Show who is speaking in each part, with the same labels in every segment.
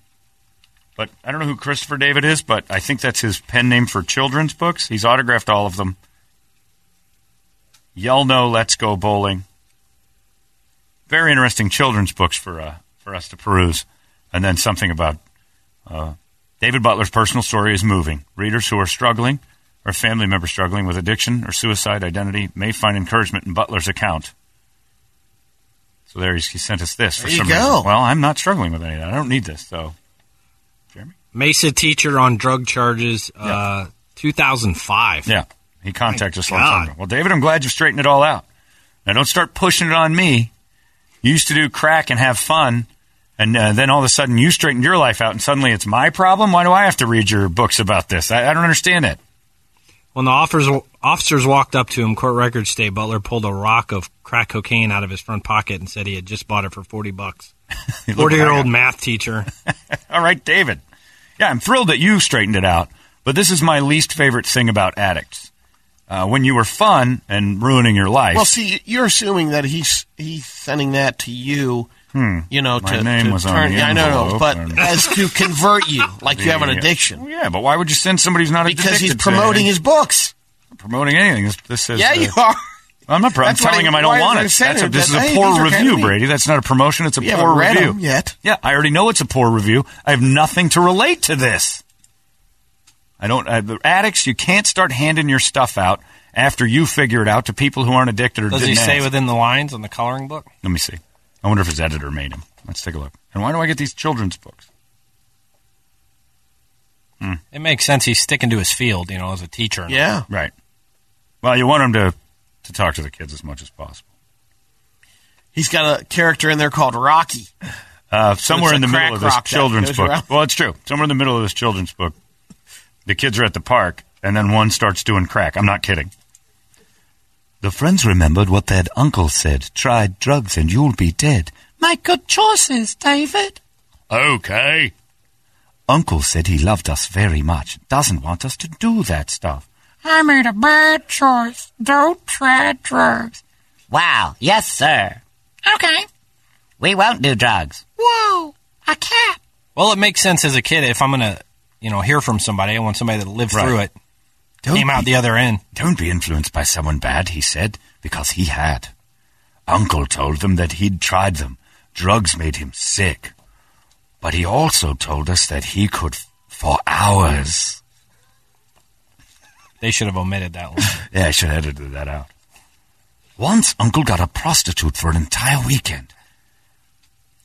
Speaker 1: But I don't know who Christopher David is, but I think that's his pen name for children's books. He's autographed all of them. Yell no, let's go bowling. Very interesting children's books for uh, for us to peruse, and then something about uh, David Butler's personal story is moving. Readers who are struggling or family members struggling with addiction or suicide identity may find encouragement in Butler's account. So there he's, he sent us this for
Speaker 2: There you
Speaker 1: some
Speaker 2: go.
Speaker 1: reason. Well, I'm not struggling with any of that. I don't need this, so
Speaker 2: Mesa teacher on drug charges. Uh, 2005.
Speaker 1: Yeah. He contacted
Speaker 2: My
Speaker 1: us a long time
Speaker 2: God.
Speaker 1: ago. Well, David, I'm glad you've straightened it all out. Now, don't start pushing it on me. You used to do crack and have fun, and uh, then all of a sudden you straightened your life out, and suddenly it's my problem? Why do I have to read your books about this? I, I don't understand it.
Speaker 2: When the officers officers walked up to him, court records state Butler pulled a rock of crack cocaine out of his front pocket and said he had just bought it for forty bucks.
Speaker 1: You look
Speaker 2: Forty year old
Speaker 1: like
Speaker 2: math teacher.
Speaker 1: a- All right, David. Yeah, I'm thrilled that you straightened it out, but this is my least favorite thing about addicts. Uh, when you were fun and ruining your life.
Speaker 3: Well, see, you're assuming that he's he's sending that to you. You know,
Speaker 1: Hmm. My
Speaker 3: to,
Speaker 1: name
Speaker 3: to
Speaker 1: was on
Speaker 3: turn,
Speaker 1: the
Speaker 3: yeah, I know, no,
Speaker 1: envelope
Speaker 3: but
Speaker 1: and-
Speaker 3: as to convert you, like you have an
Speaker 1: Yeah.
Speaker 3: addiction,
Speaker 1: Yeah, but why would you send somebody who's not
Speaker 3: because he's
Speaker 1: addicted to
Speaker 3: promoting
Speaker 1: anything?
Speaker 3: his books.
Speaker 1: promoting anything. This, this says
Speaker 3: Yeah,
Speaker 1: uh,
Speaker 3: you are.
Speaker 1: I'm not. I'm
Speaker 3: That's why
Speaker 1: telling
Speaker 3: he-
Speaker 1: him I
Speaker 3: why
Speaker 1: don't
Speaker 3: is
Speaker 1: want
Speaker 3: it
Speaker 1: it.
Speaker 3: incentive
Speaker 1: That's a, this is
Speaker 3: that,
Speaker 1: a
Speaker 3: hey,
Speaker 1: poor
Speaker 3: these are
Speaker 1: review,
Speaker 3: kinda neat.
Speaker 1: Brady. That's not a promotion. It's a
Speaker 3: You haven't
Speaker 1: poor
Speaker 3: read
Speaker 1: review.
Speaker 3: 'em yet.
Speaker 1: Yeah, I already know it's a poor review. I have nothing to relate to this. I don't. I, the addicts, you can't start handing your stuff out after you figure it out to people who aren't addicted or
Speaker 2: Does
Speaker 1: didn't
Speaker 2: he say
Speaker 1: ask.
Speaker 2: within the lines on the coloring book?
Speaker 1: Let me see. I wonder if his editor made him. Let's take a look. And why do I get these children's books?
Speaker 2: It makes sense. He's sticking to his field, you know, as a teacher.
Speaker 3: Yeah,
Speaker 1: Right. Well, you want him to to talk to the kids as much as possible.
Speaker 3: he's got a character in there called Rocky.
Speaker 1: Uh, somewhere
Speaker 3: It's
Speaker 1: in
Speaker 3: a
Speaker 1: the middle
Speaker 3: crack
Speaker 1: of this
Speaker 3: rock that
Speaker 1: children's
Speaker 3: goes
Speaker 1: book.
Speaker 3: around.
Speaker 1: Well, it's true. Somewhere in the middle of this children's book, the kids are at the park, and then one starts doing crack. I'm not kidding. The friends remembered what their uncle said try drugs and you'll be dead. Make good choices, David. Okay. Uncle said he loved us very much, doesn't want us to do that stuff.
Speaker 4: I made a bad choice. Don't try drugs. Wow. Yes, sir. Okay. We won't do drugs. Whoa. I can't.
Speaker 2: Well, it makes sense as a kid if I'm gonna, you know, hear from somebody. I want somebody that lived
Speaker 1: Right.
Speaker 2: through it,
Speaker 1: Don't
Speaker 2: came out
Speaker 1: be-
Speaker 2: the other end.
Speaker 1: Don't be influenced by someone bad, he said, because he had. Uncle told them that he'd tried them. Drugs made him sick. But he also told us that he could f- for hours.
Speaker 2: They should have omitted that one.
Speaker 1: Yeah, I should have edited that out. Once Uncle got a prostitute for an entire weekend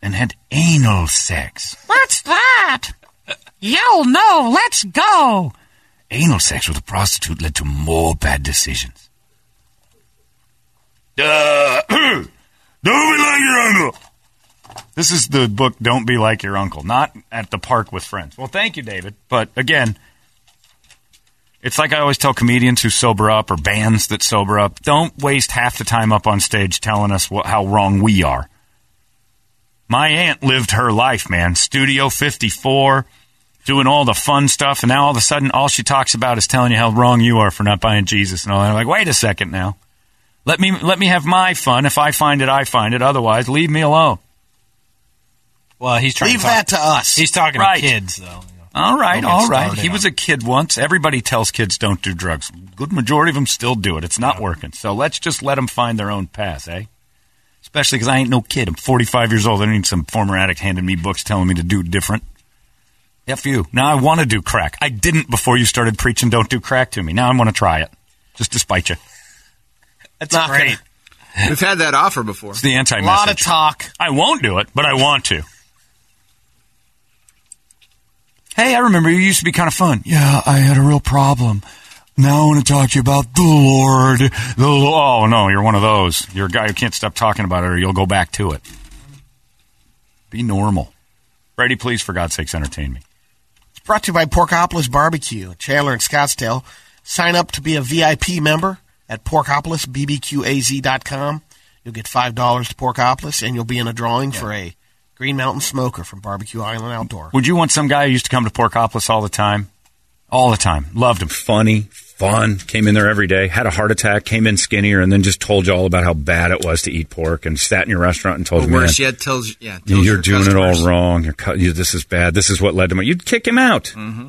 Speaker 1: and had anal sex.
Speaker 4: What's that? Yo, no. Let's go.
Speaker 1: Anal sex with a prostitute led to more bad decisions. Uh, don't be like your uncle. This is the book Don't Be Like Your Uncle, not at the park with friends. Well, thank you, David. But again, it's like I always tell comedians who sober up or bands that sober up don't waste half the time up on stage telling us what, how wrong we are. My aunt lived her life, man. Studio 54, doing all the fun stuff, and now all of a sudden, all she talks about is telling you how wrong you are for not buying Jesus and all that. I'm like, wait a second now. Let me let me have my fun. If I find it, I find it. Otherwise, leave me alone.
Speaker 2: Well, he's trying
Speaker 3: Leave
Speaker 2: to talk,
Speaker 3: that to us.
Speaker 2: He's talking
Speaker 1: Right.
Speaker 2: to kids though. you know.
Speaker 1: All right,
Speaker 2: Don't get
Speaker 1: all right.
Speaker 2: started
Speaker 1: He was a kid once. Everybody tells kids don't do drugs. Good majority of them still do it. It's not working. So let's just let them find their own path, eh? Especially because I ain't no kid. I'm 45 years old. I don't need some former addict handing me books telling me to do different. F you. Now I want to do crack. I didn't before you started preaching don't do crack to me. Now I want to try it, just to spite you.
Speaker 3: That's not
Speaker 2: great.
Speaker 3: gonna-
Speaker 5: We've had that offer before.
Speaker 1: It's the anti
Speaker 3: A lot of
Speaker 1: message.
Speaker 3: talk.
Speaker 1: I won't do it, but I want to. Hey, I remember you used to be kind of fun. Yeah, I had a real problem. Now I want to talk to you about the Lord. The Lo- oh no, you're one of those. You're a guy who can't stop talking about it, or you'll go back to it. Be normal, Brady. Please, for God's sakes, entertain me.
Speaker 3: It's brought to you by Porkopolis Barbecue, Chandler and Scottsdale. Sign up to be a VIP member at porkopolisbbqaz.com. You'll get $5 to Porkopolis, and you'll be in a drawing for a Green Mountain Smoker from Barbecue Island Outdoor.
Speaker 1: Would you want some guy who used to come to Porkopolis all the time? All the time. Loved him. Funny, fun. Came in there every day. Had a heart attack. Came in skinnier and then just told you all about how bad it was to eat pork and sat in your restaurant and told
Speaker 5: Or
Speaker 1: you, Oh, man,
Speaker 5: worse yet, tells yeah. Tells
Speaker 1: you're
Speaker 5: your
Speaker 1: doing it
Speaker 5: customers.
Speaker 1: all wrong. You're cut, you, this is bad. This is what led to my. You'd kick him out
Speaker 3: Uh,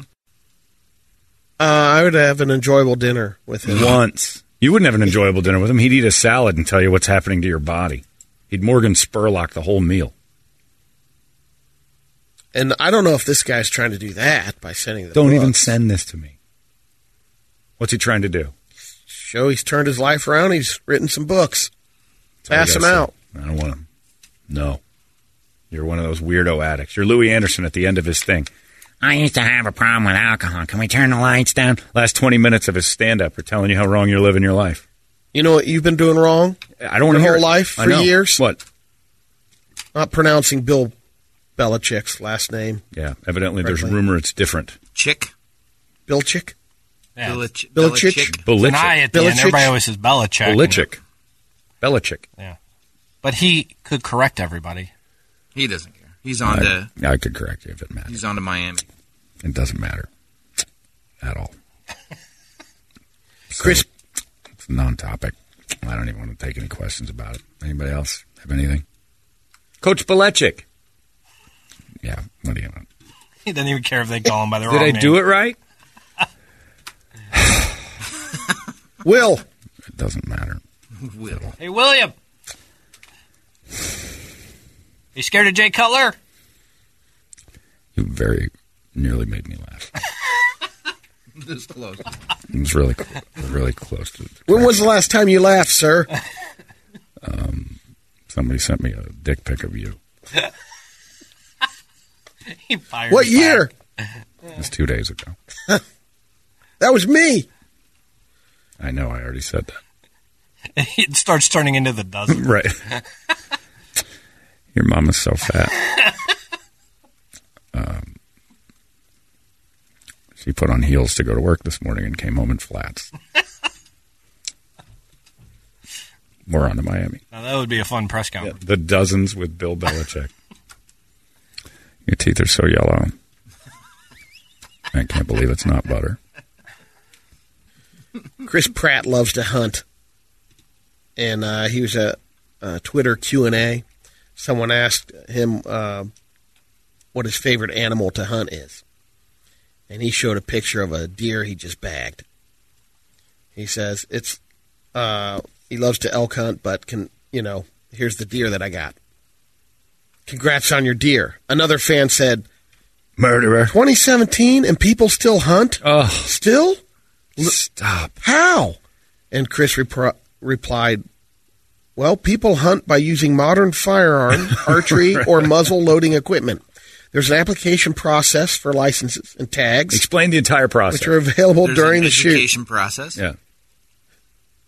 Speaker 3: I would have an enjoyable dinner with him.
Speaker 1: once. You wouldn't have an enjoyable dinner with him. He'd eat a salad and tell you what's happening to your body. He'd Morgan Spurlock the whole meal.
Speaker 3: And I don't know if this guy's trying to do that by sending the
Speaker 1: Don't
Speaker 3: book.
Speaker 1: even send this to me. What's he trying to do?
Speaker 3: Show he's turned his life around. He's written some books.
Speaker 1: That's all you
Speaker 3: Pass
Speaker 1: gotta
Speaker 3: him
Speaker 1: say.
Speaker 3: out.
Speaker 1: I don't want him. No. You're one of those weirdo addicts. You're Louis Anderson at the end of his thing.
Speaker 4: I used to have a problem with alcohol. Can we turn the lights down?
Speaker 1: Last 20 minutes of his stand up are telling you how wrong you're living your life.
Speaker 3: You know what you've been doing wrong?
Speaker 1: I don't want to
Speaker 3: Your
Speaker 1: hear
Speaker 3: whole
Speaker 1: it.
Speaker 3: life,
Speaker 1: I
Speaker 3: for
Speaker 1: know.
Speaker 3: years?
Speaker 1: What?
Speaker 3: Not pronouncing Bill Belichick's last name.
Speaker 1: Yeah, evidently there's
Speaker 3: Correctly.
Speaker 1: rumor it's different.
Speaker 5: Chick.
Speaker 3: Bilchik?
Speaker 2: Yeah.
Speaker 5: Belich-
Speaker 3: Belichick.
Speaker 5: Belichick.
Speaker 2: It's an I
Speaker 1: Belichick.
Speaker 2: at the end.
Speaker 3: Belichick.
Speaker 2: Everybody always says Belichick.
Speaker 1: Belichick. Belichick.
Speaker 2: But he could correct everybody.
Speaker 5: He doesn't care. He's on to
Speaker 1: I, I could correct you if it matters.
Speaker 5: he's on to Miami.
Speaker 1: It doesn't matter at all. So,
Speaker 3: Chris-
Speaker 1: It's non topic. I don't even want to take any questions about it. Anybody else have anything? Coach Belichick. Yeah, what do you want?
Speaker 2: He doesn't even care if they call him by the
Speaker 5: Did
Speaker 2: wrong
Speaker 5: I
Speaker 2: name.
Speaker 5: do it right?
Speaker 3: Will.
Speaker 1: It doesn't matter.
Speaker 5: Will.
Speaker 2: Hey, William. You scared of Jay Cutler?
Speaker 1: You very nearly made me laugh.
Speaker 5: This close.
Speaker 1: It was really, cl- really close to.
Speaker 3: When was the last time you laughed, sir?
Speaker 1: Somebody sent me a dick pic of you.
Speaker 2: He fired
Speaker 3: What
Speaker 2: his back.
Speaker 3: year?
Speaker 1: It was two days ago.
Speaker 3: That was me.
Speaker 1: I know. I already said that.
Speaker 2: it starts turning into the dozen.
Speaker 1: Right. Your mama's so fat. um, she put on heels to go to work this morning and came home in flats. We're on to Miami.
Speaker 2: Now that would be a fun press conference.
Speaker 1: The dozens with Bill Belichick. Your teeth are so yellow. I can't believe it's not butter.
Speaker 3: Chris Pratt loves to hunt, and uh, he was at uh, Twitter Q and A. Someone asked him uh, what his favorite animal to hunt is, and he showed a picture of a deer he just bagged. He says it's uh, he loves to elk hunt, but can you know? Here's the deer that I got. Congrats on your deer. Another fan said,
Speaker 1: Murderer.
Speaker 3: 2017 and people still hunt?
Speaker 1: Oh,
Speaker 3: Still?
Speaker 1: stop.
Speaker 3: How? And Chris repro replied, Well, people hunt by using modern firearm, archery, or muzzle loading equipment. There's an application process for licenses and tags,
Speaker 1: Explain the entire process.
Speaker 3: which are available
Speaker 5: There's
Speaker 3: during
Speaker 5: an
Speaker 3: the shoot.
Speaker 5: education process.
Speaker 1: yeah.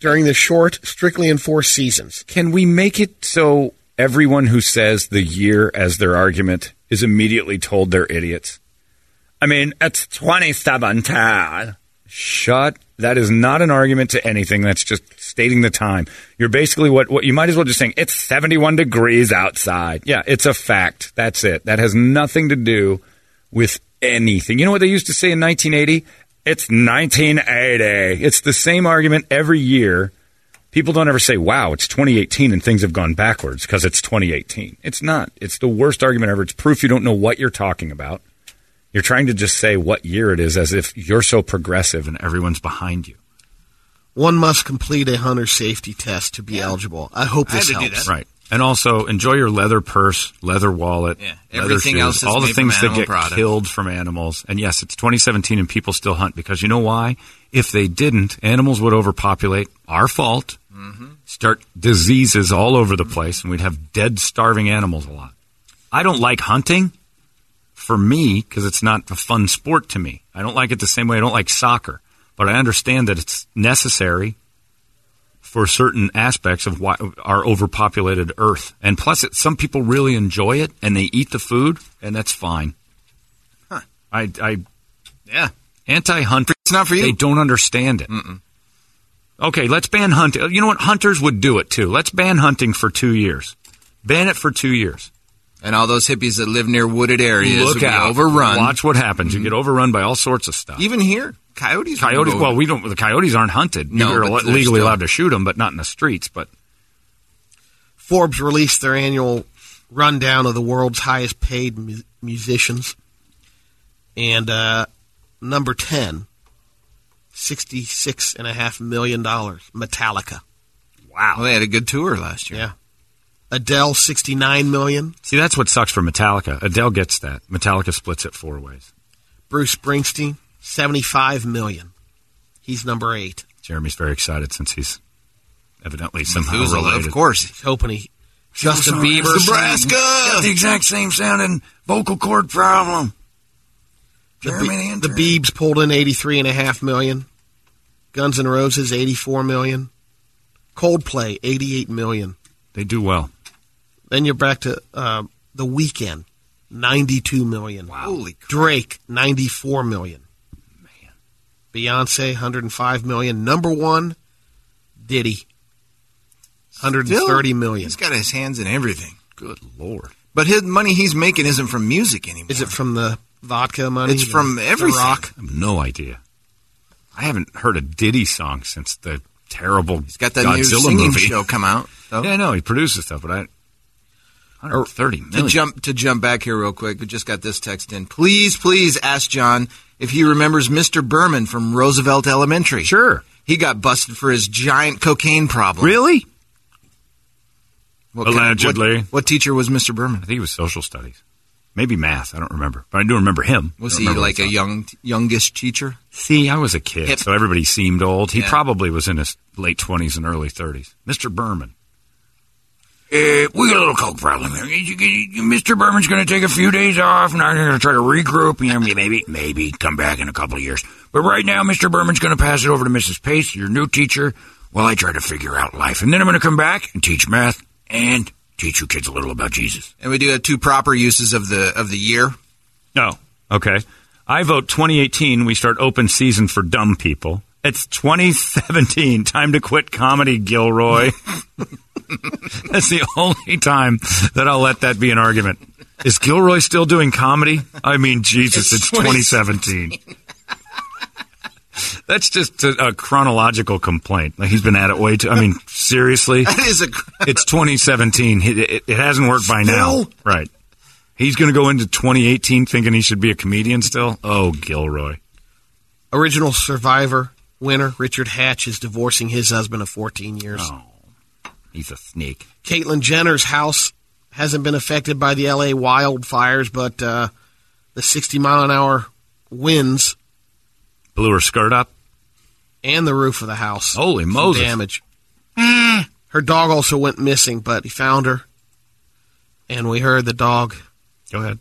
Speaker 3: During the short, strictly enforced seasons.
Speaker 1: Can we make it so everyone who says the year as their argument is immediately told they're idiots? I mean, it's 2017. Shut. That is not an argument to anything. That's just stating the time. You're basically what, what you might as well just saying, it's 71 degrees outside. Yeah, it's a fact. That's it. That has nothing to do with anything. You know what they used to say in 1980? It's 1980. It's the same argument every year people don't ever say, wow, it's 2018 and things have gone backwards because it's 2018. It's not. It's the worst argument ever. It's proof you don't know what you're talking about. You're trying to just say what year it is as if you're so progressive and everyone's behind you.
Speaker 3: One must complete a hunter safety test to be eligible. I hope
Speaker 5: I had
Speaker 3: this
Speaker 5: to do
Speaker 3: helps.
Speaker 5: that.
Speaker 1: Right. And also enjoy your leather purse, leather wallet,
Speaker 5: Yeah.
Speaker 1: leather
Speaker 5: Everything
Speaker 1: shoes,
Speaker 5: else is
Speaker 1: all the
Speaker 5: made from
Speaker 1: things that
Speaker 5: animal
Speaker 1: get
Speaker 5: products.
Speaker 1: killed from animals. And yes, it's 2017 and people still hunt because you know why? If they didn't, animals would overpopulate. Our fault.
Speaker 5: Mm-hmm.
Speaker 1: Start diseases all over the place and we'd have dead starving animals a lot. I don't like hunting for me because it's not a fun sport to me. I don't like it the same way I don't like soccer, but I understand that it's necessary for certain aspects of why, our overpopulated Earth. And plus, it, some people really enjoy it and they eat the food, and that's fine. I, I
Speaker 5: Yeah.
Speaker 1: anti hunter.
Speaker 5: It's not for you.
Speaker 1: They don't understand it. Okay, let's ban hunting. You know what? Hunters would do it too. Let's ban hunting for two years. Ban it for two years.
Speaker 5: And all those hippies that live near wooded areas would
Speaker 1: Look
Speaker 5: be
Speaker 1: out!
Speaker 5: overrun. Mm-hmm.
Speaker 1: Watch what happens. You get overrun by all sorts of stuff.
Speaker 5: Even here, coyotes. would
Speaker 1: Coyotes.
Speaker 5: go
Speaker 1: Well,
Speaker 5: over.
Speaker 1: we don't. The coyotes aren't hunted.
Speaker 5: No,
Speaker 1: You're
Speaker 5: but
Speaker 1: le-
Speaker 5: they're
Speaker 1: legally
Speaker 5: still-
Speaker 1: allowed to shoot them, but not in the streets. But
Speaker 3: Forbes released their annual rundown of the world's highest paid mu- musicians. And uh, number 10, $66.5 million, Metallica.
Speaker 5: Well, they had a good tour last year.
Speaker 3: Yeah. Adele, $69 million.
Speaker 1: see, that's what sucks for Metallica. Adele gets that. Metallica splits it four ways.
Speaker 3: Bruce Springsteen, $75 million. He's number eight.
Speaker 1: Jeremy's very excited since he's evidently somehow
Speaker 5: Methuselah,
Speaker 1: related.
Speaker 5: of course.
Speaker 3: He's hoping he. Justin Bieber,
Speaker 5: Nebraska.
Speaker 1: the exact same sounding vocal cord problem.
Speaker 3: The, Be- the Biebs pulled in eighty-three and a half million. Guns N' Roses, eighty-four million. Coldplay, eighty-eight million.
Speaker 1: They do well.
Speaker 3: Then you're back to uh, the weekend, ninety-two million.
Speaker 5: Holy crap.
Speaker 3: Drake, ninety-four million. Beyonce, hundred and five million. Number one, Diddy, hundred and thirty million.
Speaker 5: He's got his hands in everything.
Speaker 1: Good lord.
Speaker 5: But his money he's making isn't from music anymore.
Speaker 3: Is it from the vodka money?
Speaker 5: It's from
Speaker 3: The
Speaker 5: everything.
Speaker 3: Rock.
Speaker 1: I have no idea. I haven't heard a Diddy song since the terrible
Speaker 5: He's got that new
Speaker 1: Godzilla
Speaker 5: singing
Speaker 1: movie.
Speaker 5: show come out. though.
Speaker 1: Yeah, I know. He produces stuff, but I. 130
Speaker 5: To
Speaker 1: million.
Speaker 5: jump to jump back here real quick, we just got this text in. Please, please ask John if he remembers Mr. Berman from Roosevelt Elementary.
Speaker 1: Sure.
Speaker 5: He got busted for his giant cocaine problem.
Speaker 1: Really?
Speaker 5: kind of-
Speaker 1: Allegedly.
Speaker 5: what, what teacher was Mr. Berman?
Speaker 1: I think it was social studies, maybe math. I don't remember, but I do remember him.
Speaker 5: Was
Speaker 1: I
Speaker 5: he
Speaker 1: remember
Speaker 5: like
Speaker 1: what
Speaker 5: a young youngest teacher?
Speaker 1: See, I was a kid,
Speaker 5: Hip.
Speaker 1: so everybody seemed old. He
Speaker 5: Yeah.
Speaker 1: probably was in his late twenties and early thirties. Mister Berman.
Speaker 6: Uh, we got a little coke problem here. You- you- you- Mr. Berman's going to take a few days off, and I'm going to try to regroup. You know, maybe, maybe come back in a couple of years. But right now, Mr. Berman's going to pass it over to Mrs. Pace, your new teacher, while I try to figure out life. And then I'm going to come back and teach math and teach you kids a little about Jesus.
Speaker 5: And we do have two proper uses of the of the year.
Speaker 1: No. Oh, Okay. I vote 2018. We start open season for dumb people. It's 2017. Time to quit comedy, Gilroy. That's the only time that I'll let that be an argument. Is Gilroy still doing comedy? I mean, Jesus, it's, 2017. That's just a, a chronological complaint. Like he's been at it way too. I mean, seriously,
Speaker 5: That is a
Speaker 1: it's 2017. It, it, it hasn't worked by now,
Speaker 5: Still?
Speaker 1: right? He's going to go into 2018 thinking he should be a comedian still. Oh, Gilroy.
Speaker 3: Original Survivor winner Richard Hatch is divorcing his husband of 14 years.
Speaker 1: He's a snake.
Speaker 3: Caitlyn Jenner's house hasn't been affected by the LA wildfires, but uh, the 60 mile an hour winds
Speaker 1: Blew her skirt up.
Speaker 3: and the roof of the house.
Speaker 1: Holy
Speaker 3: Some
Speaker 1: Moses.
Speaker 3: Damage. Her dog also went missing, but he found her. And we heard the dog
Speaker 1: Go ahead.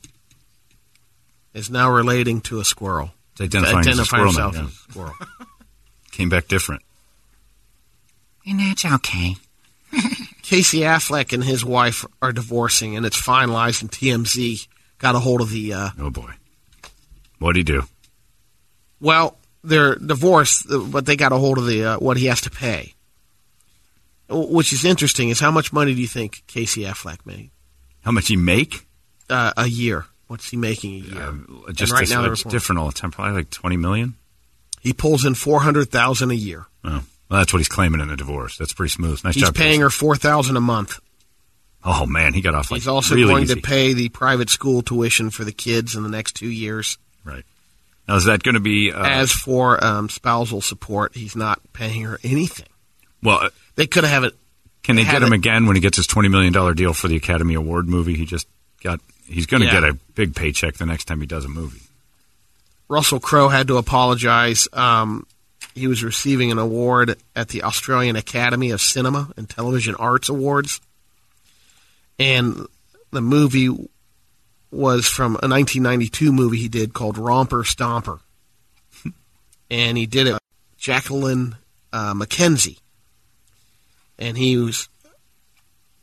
Speaker 3: is now relating to a squirrel.
Speaker 1: It's identifying
Speaker 3: to
Speaker 1: as a
Speaker 3: identify
Speaker 1: squirrel now,
Speaker 3: himself as a squirrel.
Speaker 1: Came back different.
Speaker 4: And that's okay.
Speaker 3: Casey Affleck and his wife are divorcing, and it's finalized. And TMZ got a hold of the. Uh,
Speaker 1: Oh, boy. What'd he do?
Speaker 3: well, they're divorced, uh, but they got a hold of the uh, what he has to pay. W- Which is interesting is how much money do you think Casey Affleck made
Speaker 1: How much he make? Uh,
Speaker 3: uh, a year? What's he making a year?
Speaker 1: Um,
Speaker 3: And
Speaker 1: Just
Speaker 3: right
Speaker 1: this-
Speaker 3: now, they're
Speaker 1: it's
Speaker 3: reporting-
Speaker 1: different all the time. Probably like 20 million.
Speaker 3: He pulls in four hundred thousand a year.
Speaker 1: Oh, well, that's what he's claiming in the divorce. That's pretty smooth. Nice
Speaker 3: He's
Speaker 1: job.
Speaker 3: paying
Speaker 1: Jason.
Speaker 3: her four thousand a month.
Speaker 1: Oh man, he got off like
Speaker 3: He's also
Speaker 1: really
Speaker 3: going
Speaker 1: easy.
Speaker 3: to pay the private school tuition for the kids in the next two years.
Speaker 1: Right. Now is that going to be uh,
Speaker 3: As for um, spousal support, he's not paying her anything.
Speaker 1: well? uh,
Speaker 3: They could have it.
Speaker 1: Can they
Speaker 3: have
Speaker 1: get him
Speaker 3: it-
Speaker 1: again when he gets his twenty million dollar deal for the Academy Award movie? He just got. He's going to
Speaker 3: Yeah.
Speaker 1: get a big paycheck the next time he does a movie.
Speaker 3: Russell Crowe had to apologize. Um, he was receiving an award at the Australian Academy of Cinema and Television Arts Awards, and the movie was from a 1992 movie he did called Romper Stomper, and he did it with Jacqueline uh, McKenzie, and he was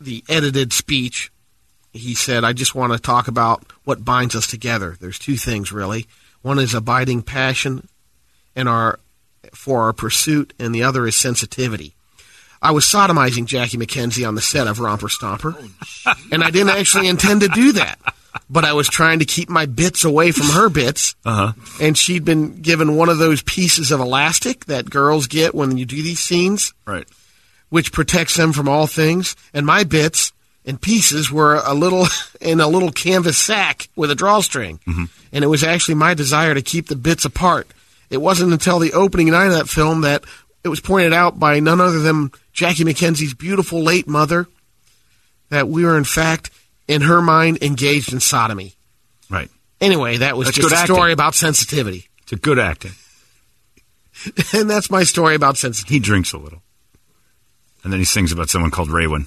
Speaker 3: the edited speech he said, I just want to talk about what binds us together. There's two things, really. One is abiding passion and our, for our pursuit, and the other is sensitivity. I was sodomizing Jackie McKenzie on the set of Romper Stomper, and I didn't actually intend to do that. But I was trying to keep my bits away from her bits,
Speaker 1: Uh huh.
Speaker 3: and she'd been given one of those pieces of elastic that girls get when you do these scenes
Speaker 1: Right.
Speaker 3: which protects them from all things, and my bits and pieces were a little in a little canvas sack with a drawstring.
Speaker 1: Mm-hmm.
Speaker 3: And it was actually my desire to keep the bits apart. It wasn't until the opening night of that film that it was pointed out by none other than Jackie McKenzie's beautiful late mother that we were in fact in her mind engaged in sodomy.
Speaker 1: Right.
Speaker 3: Anyway, that was
Speaker 1: That's
Speaker 3: just
Speaker 1: good
Speaker 3: a
Speaker 1: acting.
Speaker 3: story about sensitivity.
Speaker 1: It's a good acting.
Speaker 3: and that's my story about sensitivity.
Speaker 1: He drinks a little, and then he sings about someone called Raywin.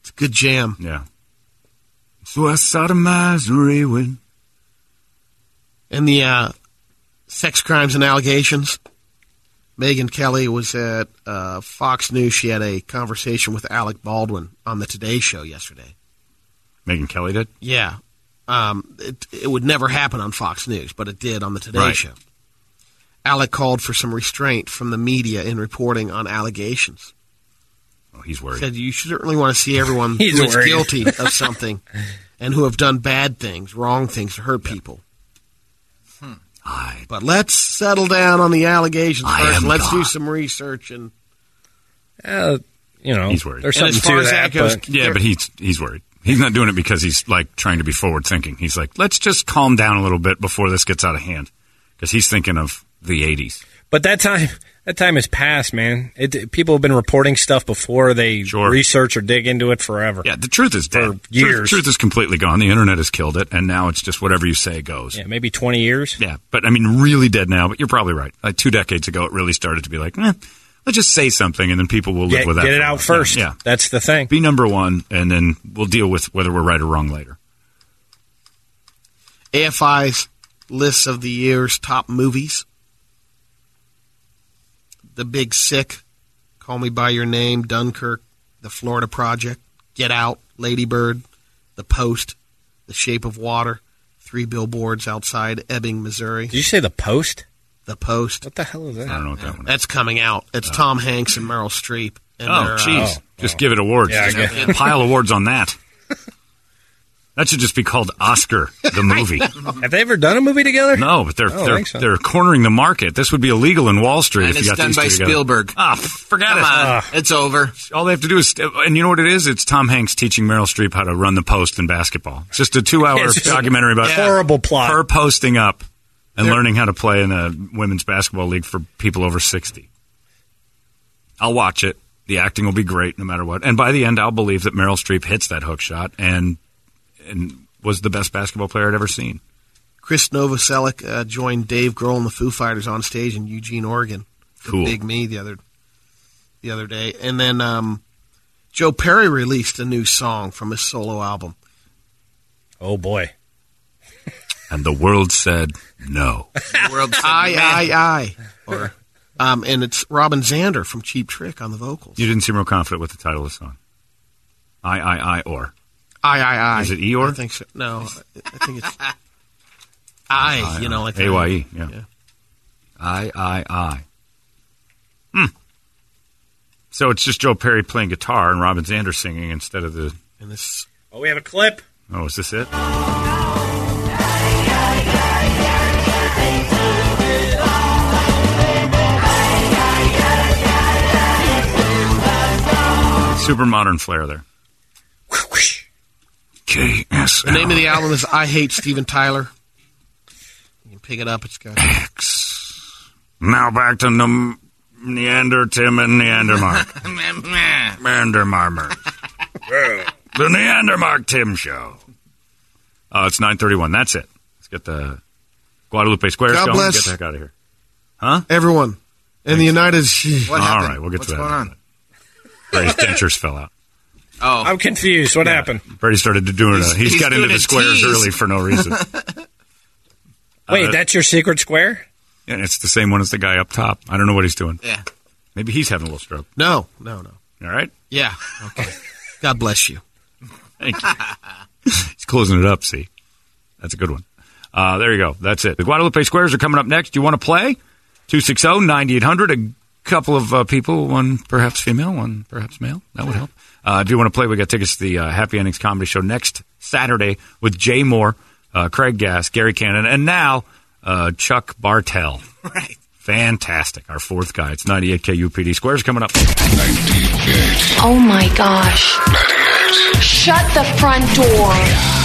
Speaker 3: It's a good jam.
Speaker 1: Yeah. So I sodomized Raywin.
Speaker 3: And the uh, sex crimes and allegations. Megan Kelly was at uh, Fox News. She had a conversation with Alec Baldwin on the Today Show yesterday.
Speaker 1: Megan Kelly did.
Speaker 3: Yeah, um, it, it would never happen on Fox News, but it did on the Today
Speaker 1: Right.
Speaker 3: Show. Alec called for some restraint from the media in reporting on allegations.
Speaker 1: Oh, he's worried.
Speaker 3: Said you certainly want to see everyone
Speaker 7: He's
Speaker 3: who is
Speaker 7: worried.
Speaker 3: guilty of something and who have done bad things, wrong things to hurt people.
Speaker 1: I,
Speaker 3: But let's settle down on the allegations
Speaker 1: I
Speaker 3: first.
Speaker 1: am
Speaker 3: and Let's do
Speaker 1: God.
Speaker 3: some research. And,
Speaker 7: Uh, you know,
Speaker 1: He's worried.
Speaker 7: There's
Speaker 3: And as
Speaker 7: something
Speaker 3: far
Speaker 7: to
Speaker 3: as
Speaker 7: that.
Speaker 3: that goes,
Speaker 7: but-
Speaker 1: Yeah, but he's he's worried. He's not doing it because he's like trying to be forward thinking. He's like, let's just calm down a little bit before this gets out of hand. because he's thinking of the 80s.
Speaker 8: But that time, that time has passed, man. It, people have been reporting stuff before they research or dig into it forever.
Speaker 1: Yeah, the truth is dead.
Speaker 8: years.
Speaker 1: Truth, truth is completely gone. The internet has killed it, and now it's just whatever you say goes.
Speaker 8: Yeah, maybe twenty years.
Speaker 1: Yeah, but I mean, really dead now. But you're probably right. Like two decades ago, it really started to be like, eh, let's just say something, and then people will live
Speaker 8: Get-
Speaker 1: with that.
Speaker 8: get it
Speaker 1: for a
Speaker 8: out
Speaker 1: while.
Speaker 8: first.
Speaker 1: Yeah, yeah,
Speaker 8: that's the thing.
Speaker 1: Be number one, and then we'll deal with whether we're right or wrong later.
Speaker 3: AFI's lists of the year's top movies. The Big Sick, Call Me by Your Name, Dunkirk, The Florida Project, Get Out, Ladybird, The Post, The Shape of Water, Three Billboards Outside Ebbing, Missouri. Did
Speaker 8: you say The Post?
Speaker 3: The Post.
Speaker 8: What the hell is that?
Speaker 1: I don't know what that one
Speaker 3: That's coming out. It's Tom Hanks and Meryl Streep. And
Speaker 1: Oh,
Speaker 3: they're, uh,
Speaker 1: jeez. Just give it awards.
Speaker 3: Yeah, I
Speaker 1: Just
Speaker 3: guess.
Speaker 1: pile awards on that. That should just be called Oscar the movie.
Speaker 8: have they ever done a movie together?
Speaker 1: Uh-huh. No, but they're
Speaker 8: I don't
Speaker 1: they're,
Speaker 8: think so.
Speaker 1: they're cornering the market. This would be illegal in Wall Street
Speaker 5: and
Speaker 1: if you
Speaker 5: it's
Speaker 1: got
Speaker 5: done
Speaker 1: these
Speaker 5: by
Speaker 1: two together.
Speaker 5: Spielberg.
Speaker 1: Ah, forget
Speaker 5: Come
Speaker 1: it.
Speaker 5: on.
Speaker 1: Ah.
Speaker 5: it's over.
Speaker 1: All they have to do is, and you know what it is? It's Tom Hanks teaching Meryl Streep how to run the post in basketball. It's just a two-hour
Speaker 8: It's just a
Speaker 1: documentary about
Speaker 8: horrible plot.
Speaker 1: her posting up and
Speaker 8: They're-
Speaker 1: learning how to play in a women's basketball league for people over sixty. I'll watch it. The acting will be great, no matter what. And by the end, I'll believe that Meryl Streep hits that hook shot and and was the best basketball player I'd ever seen.
Speaker 3: Chris Novoselic uh, joined Dave Grohl and the Foo Fighters on stage in Eugene, Oregon. for
Speaker 1: Cool.
Speaker 3: Big Me the other the other day, and then um, Joe Perry released a new song from his solo album.
Speaker 8: Oh boy!
Speaker 1: And the world said no.
Speaker 5: World
Speaker 3: aye, aye, aye. Or, um, and it's Robin Zander from Cheap Trick on the vocals.
Speaker 1: You didn't seem real confident with the title of the song. I, I, I, or.
Speaker 3: Aye, aye, aye.
Speaker 1: Is it E Eeyore?
Speaker 3: I think so. No, I I think it's aye. You know, like
Speaker 1: A Y E. Yeah. I I I. Hmm. So it's just Joe Perry playing guitar and Robin Zander singing instead of the.
Speaker 3: And this.
Speaker 8: Oh, we have a clip.
Speaker 1: Oh, is this it? Super modern flair there. Oh. K S.
Speaker 3: The name of the album is I Hate Steven Tyler. You can pick it up. It's got
Speaker 1: Now back to Neander Neander Tim and Neandermark. Neandermarmers. the Neandermark Tim Show. Uh, it's 931. That's it. Let's get the Guadalupe Squares
Speaker 3: God
Speaker 1: going.
Speaker 3: bless.
Speaker 1: Get the heck out of here. Huh?
Speaker 3: everyone in the United
Speaker 1: All
Speaker 3: States.
Speaker 1: right, we'll get
Speaker 5: What's
Speaker 1: to that.
Speaker 5: going on?
Speaker 1: Brady's dentures fell out.
Speaker 5: Oh,
Speaker 8: I'm confused. What happened?
Speaker 1: Brady started to do it.
Speaker 8: He's-
Speaker 1: He's,
Speaker 8: he's
Speaker 1: got
Speaker 8: doing
Speaker 1: into
Speaker 8: a
Speaker 1: the squares
Speaker 8: tease.
Speaker 1: early for no reason.
Speaker 8: Wait,
Speaker 1: Uh,
Speaker 8: that's your secret square?
Speaker 1: and it's the same one as the guy up top. I don't know what he's doing.
Speaker 5: Yeah.
Speaker 1: Maybe he's having a little stroke.
Speaker 3: No, no, no.
Speaker 1: All right.
Speaker 3: Yeah. Okay. God bless you.
Speaker 1: Thank you. He's closing it up, see? That's a good one. Uh, there you go. That's it. The Guadalupe Squares are coming up next. You want to play? oh, 260 9800. A couple of uh, people, one perhaps female, one perhaps male. That would help. Uh, if you want to play, we got tickets to the uh, Happy Endings Comedy Show next Saturday with Jay Moore, uh, Craig Gass, Gary Cannon, and now uh, Chuck Bartell. Right. Fantastic. Our fourth guy. It's 98 KUPD Squares coming up.
Speaker 9: Oh my gosh. Shut the front door.